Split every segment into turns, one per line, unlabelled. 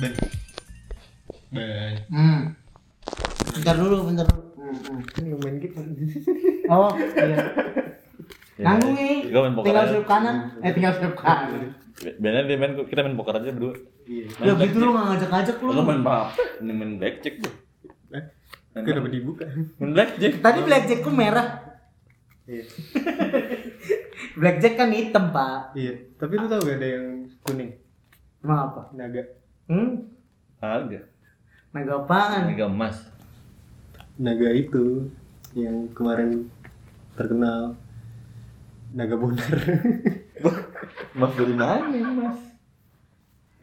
Bye. Bye.
Hmm. Bentar dulu, bentar dulu. Hmm, hmm.
Ini main gitar.
Oh, iya.
ya.
Nanggung nih.
Gua Iya, main poker
Tinggal
aja.
selip kanan. Eh, tinggal selip kanan.
Biasanya dia main kita main poker aja berdua.
Iya.
Main
Udah gitu
blackjack.
lu nggak ngajak-ngajak lu.
Lu main apa? Ini main blackjack gua.
Eh,
Main
Gue
apa?
dapat dibuka.
Main blackjack.
Tadi blackjack ku merah.
Iya.
Blackjack kan hitam, Pak.
Iya. Tapi lu tau gak ada yang kuning?
Emang apa?
Naga.
Hmm?
Agak.
Naga apaan?
Naga emas.
Naga itu yang kemarin terkenal naga bonar.
Emas dari mana emas?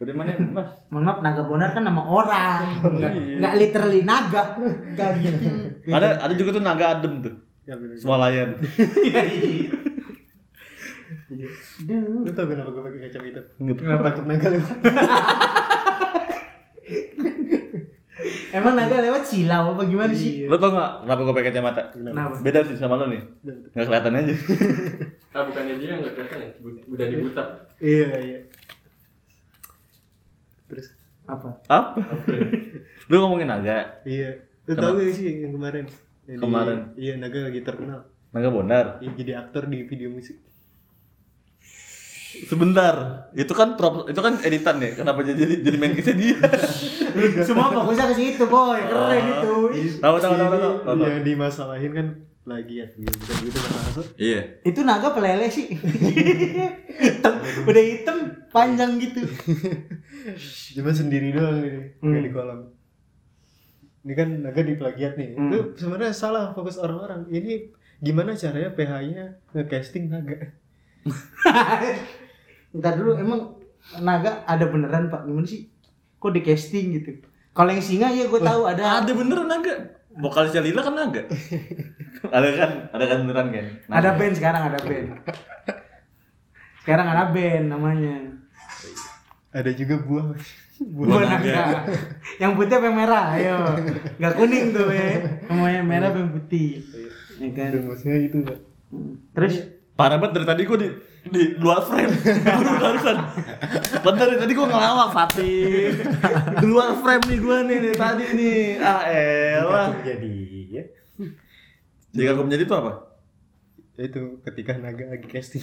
Dari mana emas?
Mohon maaf, naga bonar kan nama orang. Nggak, nggak literally naga. Nggak gitu.
ada ada juga tuh naga adem tuh.
ya bener.
Swalayan.
Duh.
Lu tau kenapa gue pakai kacang hitam? Kenapa takut naga lewat?
Emang naga lewat silau apa gimana sih?
Lo tau gak kenapa gue pakai kacamata?
Kenapa?
Beda sih sama lo nih. Gak kelihatan aja.
Ah bukannya dia yang nggak kelihatan ya? Bu- Udah dibuta.
Iya iya. Terus
Apa?
Apa? Lo ngomongin naga.
iya. Lu
Kenapa?
tau gak sih yang kemarin? Yang di-
Kemarin?
Iya naga lagi terkenal.
Naga bonar.
Yang jadi aktor di video musik.
Sebentar. Itu kan prop, itu kan editan ya. Kenapa jadi jadi, jadi main kita dia?
Semua fokusnya ke situ, boy. Keren itu.
iya.
Ih,
Tahu tahu tahu
Ini
tahu. tahu, tahu.
Yang dimasalahin kan lagi ya. Bukan gitu masuk.
Iya.
Itu naga pelele sih. hitam. Udah hitam, panjang gitu.
Cuma sendiri doang ini,
Hmm.
kayak di kolam. Ini kan naga di plagiat nih.
Hmm.
Itu sebenarnya salah fokus orang-orang. Ini gimana caranya PH-nya nge-casting naga?
Ntar dulu, emang naga ada beneran, Pak? Gimana sih? Kok di casting gitu? Kalau yang singa ya gue tahu ada
Nah, Ada beneran naga. Vokalisnya Lila kan naga. ada kan, ada kan beneran kan. Naga.
ada band sekarang ada band. Sekarang ada band namanya.
Ada juga buah. buah.
Buah naga. yang putih apa yang merah? Ayo. Enggak kuning tuh ya. Semuanya yang merah apa yang putih. Ya kan.
Rumusnya itu kan.
Terus
Parah banget dari tadi gue di di luar frame. Baru barusan. Bentar dari tadi gue ngelawak Fatih. Di luar frame nih gue nih dari tadi nih. Ah elah.
Jadi ya.
Jika aku menjadi itu apa?
Itu ketika naga lagi casting.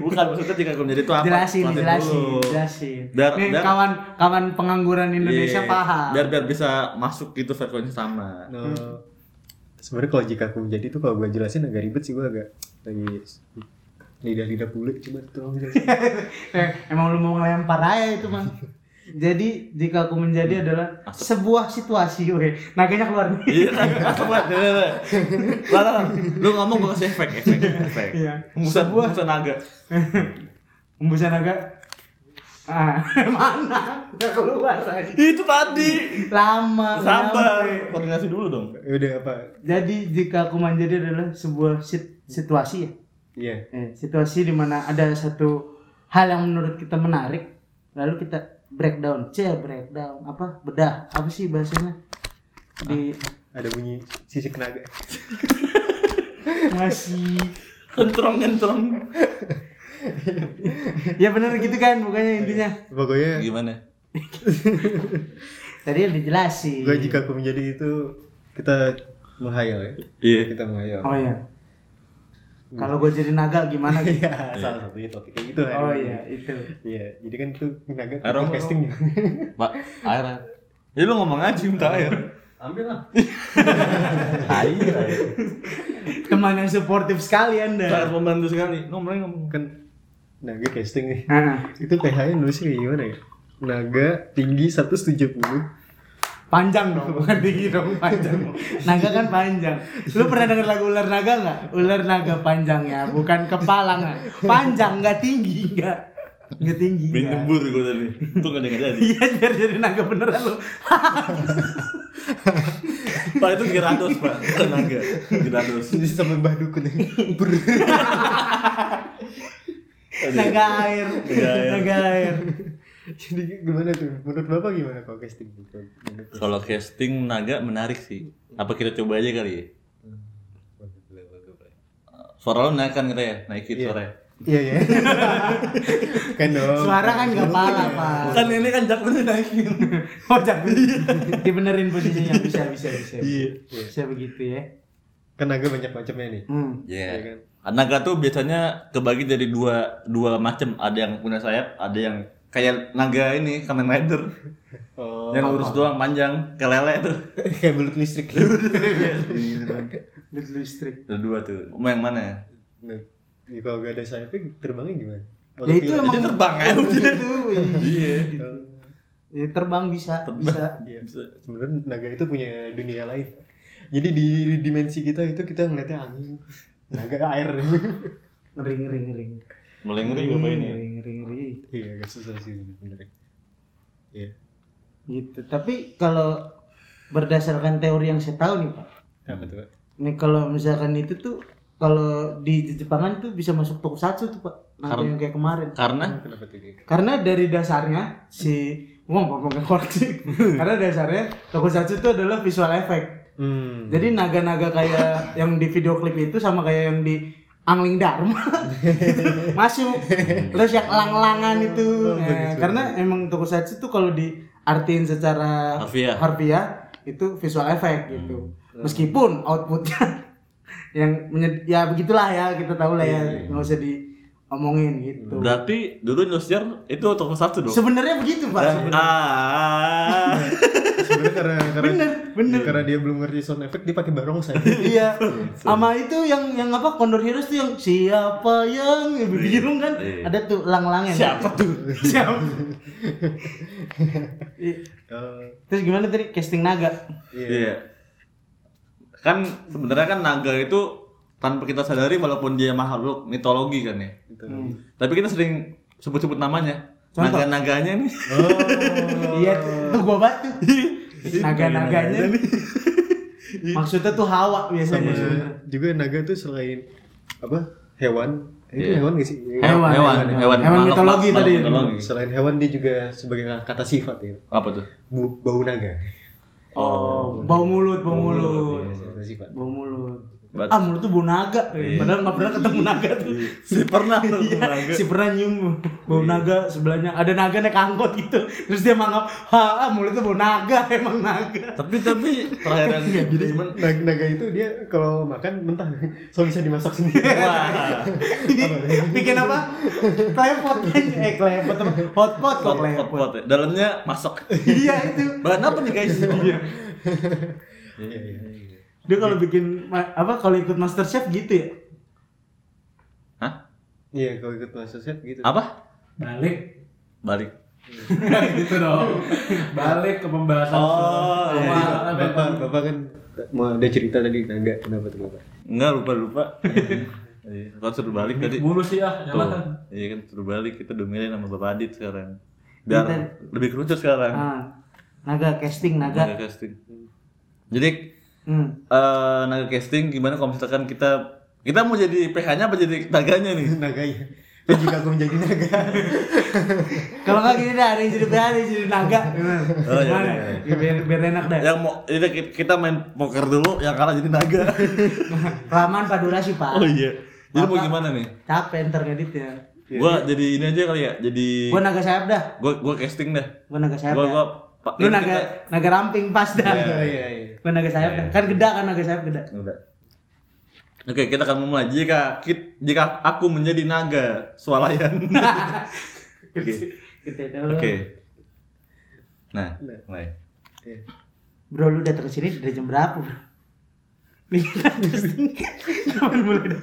Bukan maksudnya jika aku menjadi itu apa?
jelasin,
Fatih
jelasin,
dulu.
jelasin.
Biar-
Nih
biar-
kawan kawan pengangguran Indonesia
Iya.
paham.
Biar biar bisa masuk gitu frekuensi sama.
Hmm.
No. Eh, Sebenarnya kalau jika aku menjadi itu kalau gue jelasin agak ribet sih gue agak lagi lidah-lidah bule coba tolong jelasin.
Eh, emang lu mau ngelempar aja itu, Bang. Jadi jika aku
Hmm.
menjadi adalah sebuah situasi, oke. Naganya keluar nih.
Iya, masuk banget. Iya, iya. Lah, lah, lah. Lu ngomong gue kasih efek, efek, efek.
Iya.
Musa, musa naga.
Embusan naga. Ah, mana? Nggak keluar lagi.
Itu tadi.
Lama.
Sabar.
nyampe.
Koordinasi dulu dong.
Ya Udah apa?
Jadi jika aku menjadi adalah sebuah sit- situasi ya,
Iya.
eh, situasi di mana ada satu hal yang menurut kita menarik, lalu kita breakdown, c breakdown apa bedah apa sih bahasanya di
Ada bunyi sisik naga.
masih
Kentrong, kentrong.
ya benar gitu kan bukannya intinya
Pokoknya
Gimana?
tadi yang dijelasin
Gue jika aku menjadi itu kita menghayal ya.
Iya.
Kita menghayal.
oh ya kalau gue jadi naga gimana gitu
Iya, salah satunya topiknya gitu.
oh iya itu
Iya, jadi kan itu naga
Aroma.
kita casting ya.
Pak, air. air. Ya lu ngomong aja minta air.
Ambil lah.
Air. air.
teman yang suportif sekali
Sangat
anda
membantu sekali. Ngomongnya ngomong.
kan naga casting nih.
Ah,
Itu pH-nya nulisnya kayak gimana ya? Naga tinggi 170.
panjang dong bukan tinggi dong panjang naga kan panjang lu pernah denger lagu ular naga nggak ular naga panjang ya bukan kepala nggak panjang nggak tinggi nggak nggak tinggi
Bin
nggak.
nyembur gue tadi. Itu gak dengar jadi.
iya biar jadi naga beneran lu
Pak itu Girados, Pak. Bukan naga. Girados.
Jadi sama Mbah Dukun yang ber.
naga air
Iya. Naga air.
naga air
Jadi gimana tuh? Menurut Bapak gimana kalau casting? gitu? Menurut Bapak?
Kalau casting naga menarik sih. Apa kita coba aja kali ya? Suara lo naik kan kita ya? Naikin
Iya.
suaranya.
Iya iya. kan dong.
Suara kan kepala, Pak.
Kan ini kan jakun naikin.
Oh, jangan. Dibenerin posisinya bisa bisa bisa.
Iya.
Bisa begitu ya.
Kan naga banyak macamnya nih.
Hmm.
Iya.
Iya kan?
Naga tuh biasanya kebagi dari dua dua macam. Ada yang punya sayap, ada yang kayak naga ini Kamen Rider
Oh,
yang lurus doang panjang kayak lele tuh.
kayak belut listrik. Iya,
Lihat listrik.
Ada dua tuh. Mau yang mana? ya?
Nah, ya kalau gak ada sayapnya terbangnya gimana?
Ya itu
Autopilot.
emang
Dia terbang ya.
Iya, itu. Gitu.
Iya.
Ya, terbang bisa, bisa.
Iya. Sebenarnya naga itu punya dunia lain. Jadi di di dimensi kita itu kita ngeliatnya angin, naga air.
Ngeri ngeri ngeri. Hmm,
Mulai ngeri
Hmm.
apa ini? ya?
Ngeri ngeri ngeri.
Iya, agak susah sih sebenarnya. Iya.
Gitu. Tapi kalau berdasarkan teori yang saya tahu nih, Pak.
Apa tuh? Pak?
Nih kalau misalkan itu tuh kalau di Jepangan tuh bisa masuk tokusatsu tuh, Pak. Naga
Karena-
yang kayak kemarin.
Karena
Kenapa tuh? Kik?
Karena dari dasarnya si Wong ngomong koreksi. Karena dasarnya tokusatsu itu adalah visual effect.
Hmm.
Jadi naga-naga kayak yang di video klip itu sama kayak yang di Angling Dharma masuk terus yang elang-elangan itu
Oh,
Eh,
bagus,
karena emang tokusatsu tuh kalau diartiin secara
Harfiah.
harfiah, itu visual
Hmm.
effect gitu meskipun outputnya yang menye- ya begitulah ya kita tahu lah
Iya,
ya nggak usah diomongin gitu
berarti dulu Indosiar itu toko satu dong. Eh,
sebenarnya begitu pak sebenarnya.
Ah.
sebenarnya karena karena
Bener, bener.
karena dia belum ngerti sound effect dia pakai barongsai.
iya sama itu yang yang apa kondor heroes tuh yang siapa yang biru kan
Iya.
ada tuh lang-langnya
Siapa tuh?
siapa Iya.
Eh,
terus gimana tadi casting naga
Iya.
Iya. Kan sebenarnya kan naga itu tanpa kita sadari walaupun dia makhluk mitologi kan ya.
Gitu.
Hmm.
Tapi kita sering sebut-sebut namanya.
Contoh.
Naga-naganya nih.
Oh.
iya tuh tuh gua batu naga-naganya
Iya.
maksudnya tuh hawa
Sama
biasanya
juga naga tuh selain apa? Hewan. Itu
Iya.
hewan gak sih? Iya.
Hewan,
hewan, iya.
hewan,
hewan,
hewan
makhluk-
mitologi
makhluk
tadi.
mitologi.
Selain hewan dia juga sebagai kata sifat ya.
Apa tuh?
Bu- Bau naga.
oh bau mulut bau mulut
Iya, kata sifat.
bau mulut
Bat-
ah mulut tuh bau naga padahal nggak pernah ketemu naga tuh
Iya. Si pernah tuh
Iya,
naga. Iya.
si pernah nyium bau naga sebelahnya ada naga naik angkot gitu terus dia menganggap ha ah, mulutnya bau naga emang naga
Tapi tapi terakhir yang
Iya,
jadi cuman
Naga, naga itu dia kalau makan mentah, so bisa dimasak sendiri.
wah.
ini
ya?
bikin apa klepot aja. eh klepot apa hot pot kok
Pot,
klepot
pot, ya. Dalamnya masak.
iya itu
Bahan apa nih guys?
Iya, iya.
dia kalau bikin ma- apa kalau ikut master chef gitu ya
Hah?
Iya, kalau ikut master chef gitu.
Apa?
Balik.
Balik.
gitu dong. Balik ke pembahasan.
Oh,
Sama-
Jadi,
apa-
Iya, bapak, bapak kan mau ada cerita tadi naga kenapa tuh bapak?
Enggak lupa lupa. Iya, Kan suruh balik tadi.
Mulu sih ah,
Tuh.
nyalakan.
Iya kan suruh balik kita domelin sama Bapak Adit sekarang.
Bentar.
Biar lebih kerucut sekarang.
ah, naga casting naga
Naga casting. Jadi
hmm.
eh naga casting gimana kalau misalkan kita kita mau jadi PH-nya apa jadi naganya nih?
Naga ya. Dan jika aku menjadi naga.
kalau nggak gini dah ada yang jadi berani jadi naga
Oh, iya,
Gimana?
iya,
biar, biar enak dah
Yang mau jadi kita main poker dulu yang kalah jadi naga.
kelamaan pak durasi pak
oh iya. Jadi mau
Apa?
gimana nih?
capek ntar ngeditnya
Gua jadi ini aja kali ya. Jadi
Iya, gua naga sayap dah
gua gua casting dah.
gua naga sayap
Gua
dah.
gua Pak
lu naga naga ramping pas dah
iya iya.
gua naga sayap dah kan geda kan naga sayap geda
Enggak. Oke, kita akan memulai jika ki- jika aku menjadi naga swalayan. Oke.
Gede dong.
Oke. Nah, mulai.
bro lu datang ke sini dari jam berapa bro Nih, kapan mulai dah?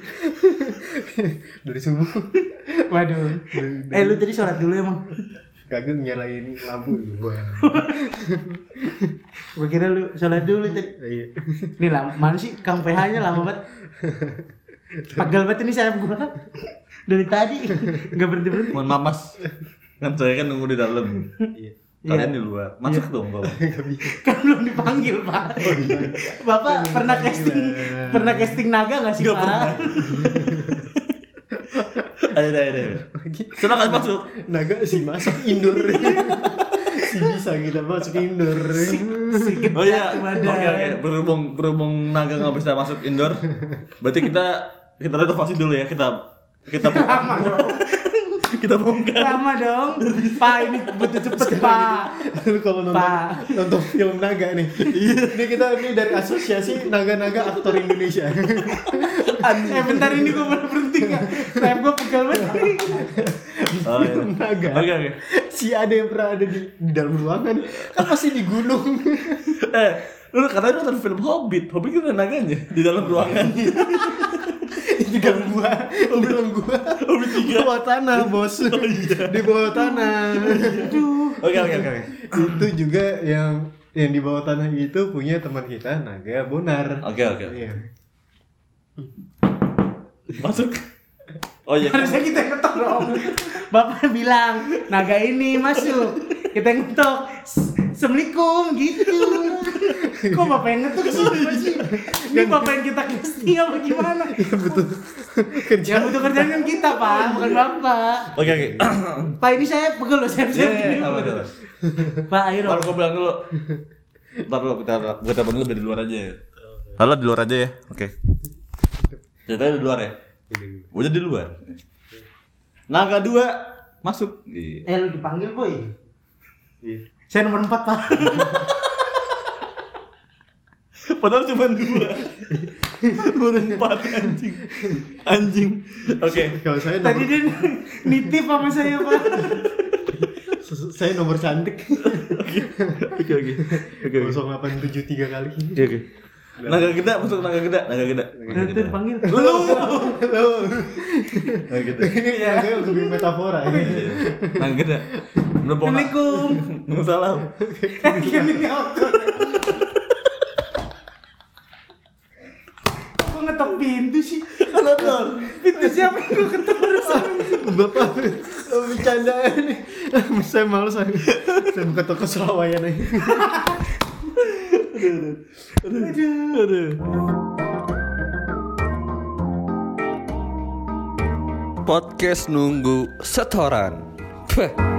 Dari subuh.
Waduh. Eh lu tadi sholat dulu emang.
Kagak nyalain lampu. Wah.
Gue kira lu sholat dulu tadi.
Iya.
Nih lama mana sih Kang PH nya lama banget. Pegel banget ini sayap gua. Dari tadi nggak berhenti berhenti.
Mohon maaf, Mas. Kan saya kan nunggu di dalam.
Iya.
Iya.
Kalian di luar. Masuk dong, Bang.
Gak bisa.
Kan belum dipanggil pak. Bapak pernah casting pernah casting naga nggak sih
Nggak
pak?
Ayo, ayo, ayo. Silakan masuk.
Naga sih masuk indoor. si bisa kita masuk indoor.
Oh iya.
Cuma
Oke,
ada-
oke. Berhubung berhubung naga nggak bisa masuk indoor, berarti kita kita renovasi dulu ya. Kita Kita bu-
Lama dong.
kita bongkar.
Lama dong. Pak ini butuh cepet pak.
Lu kalau nonton,
Pak.
nonton film naga nih. ini kita ini dari asosiasi naga-naga aktor Indonesia.
Eh bentar ini gue mau berhenti nggak? Rem gue pegel banget.
Oh, iya.
film naga.
Oke oke.
Si ada yang pernah ada di, di dalam ruangan kan pasti di gunung.
Eh, lu katanya nonton film Hobbit. Hobbit itu ada naganya di dalam ruangan.
di dalam gua, di dalam gua. Di bawah
Oh,
tanah, Bos. Di bawah tanah.
iya. Oke oke oke.
itu juga yang yang di bawah tanah itu punya teman kita naga bonar
Oke oke.
Iya.
Masuk. Oh iya.
Harusnya kita yang ngetok dong. Bapak bilang naga ini masuk. Kita yang ngetok. "S- Assalamualaikum gitu. Kok bapak yang ngetok sih? Bapak sih? Ini bapak yang kita casting apa gimana?
betul
Yang
kerja
butuh Iya, kerjaan kan kita pak, bukan bapak.
Oke oke.
Pak ini saya pegel loh, saya
Iya
saya
iya,
begini.
apa itu?
Pak ayo dong.
Baru gue bilang dulu. Ntar dulu kita gue telepon dulu biar di luar aja ya. Halo di luar aja ya. Oke. Ceritanya di luar ya. Gue jadi di luar. Naga dua masuk. Iya.
Eh lu dipanggil boy. Iya,
Iya.
Saya nomor 4 pak.
Padahal cuma dua. Baru empat anjing. Anjing. Oke.
kalau saya
Tadi
nomor,
dia nitip sama saya pak.
saya nomor cantik
Oke oke. Oke Iya. oke.
0873 kali
Oke oke. Naga geda masuk naga geda, naga geda.
Udah itu dipanggil.
Lu.
Halo.
Naga geda.
ini ya
Iya.
saya untuk bikin metafora ya.
Naga geda. Udah pokoknya-
Assalamualaikum.
Salam.
Eh, Gini aku. Kok ngetok pintu sih?
Kan Nonton.
Pintu siapa yang gue ketok terus?
bapak bercanda ini saya malu saya saya buka toko selawayan aja
Podcast nunggu setoran. Peh.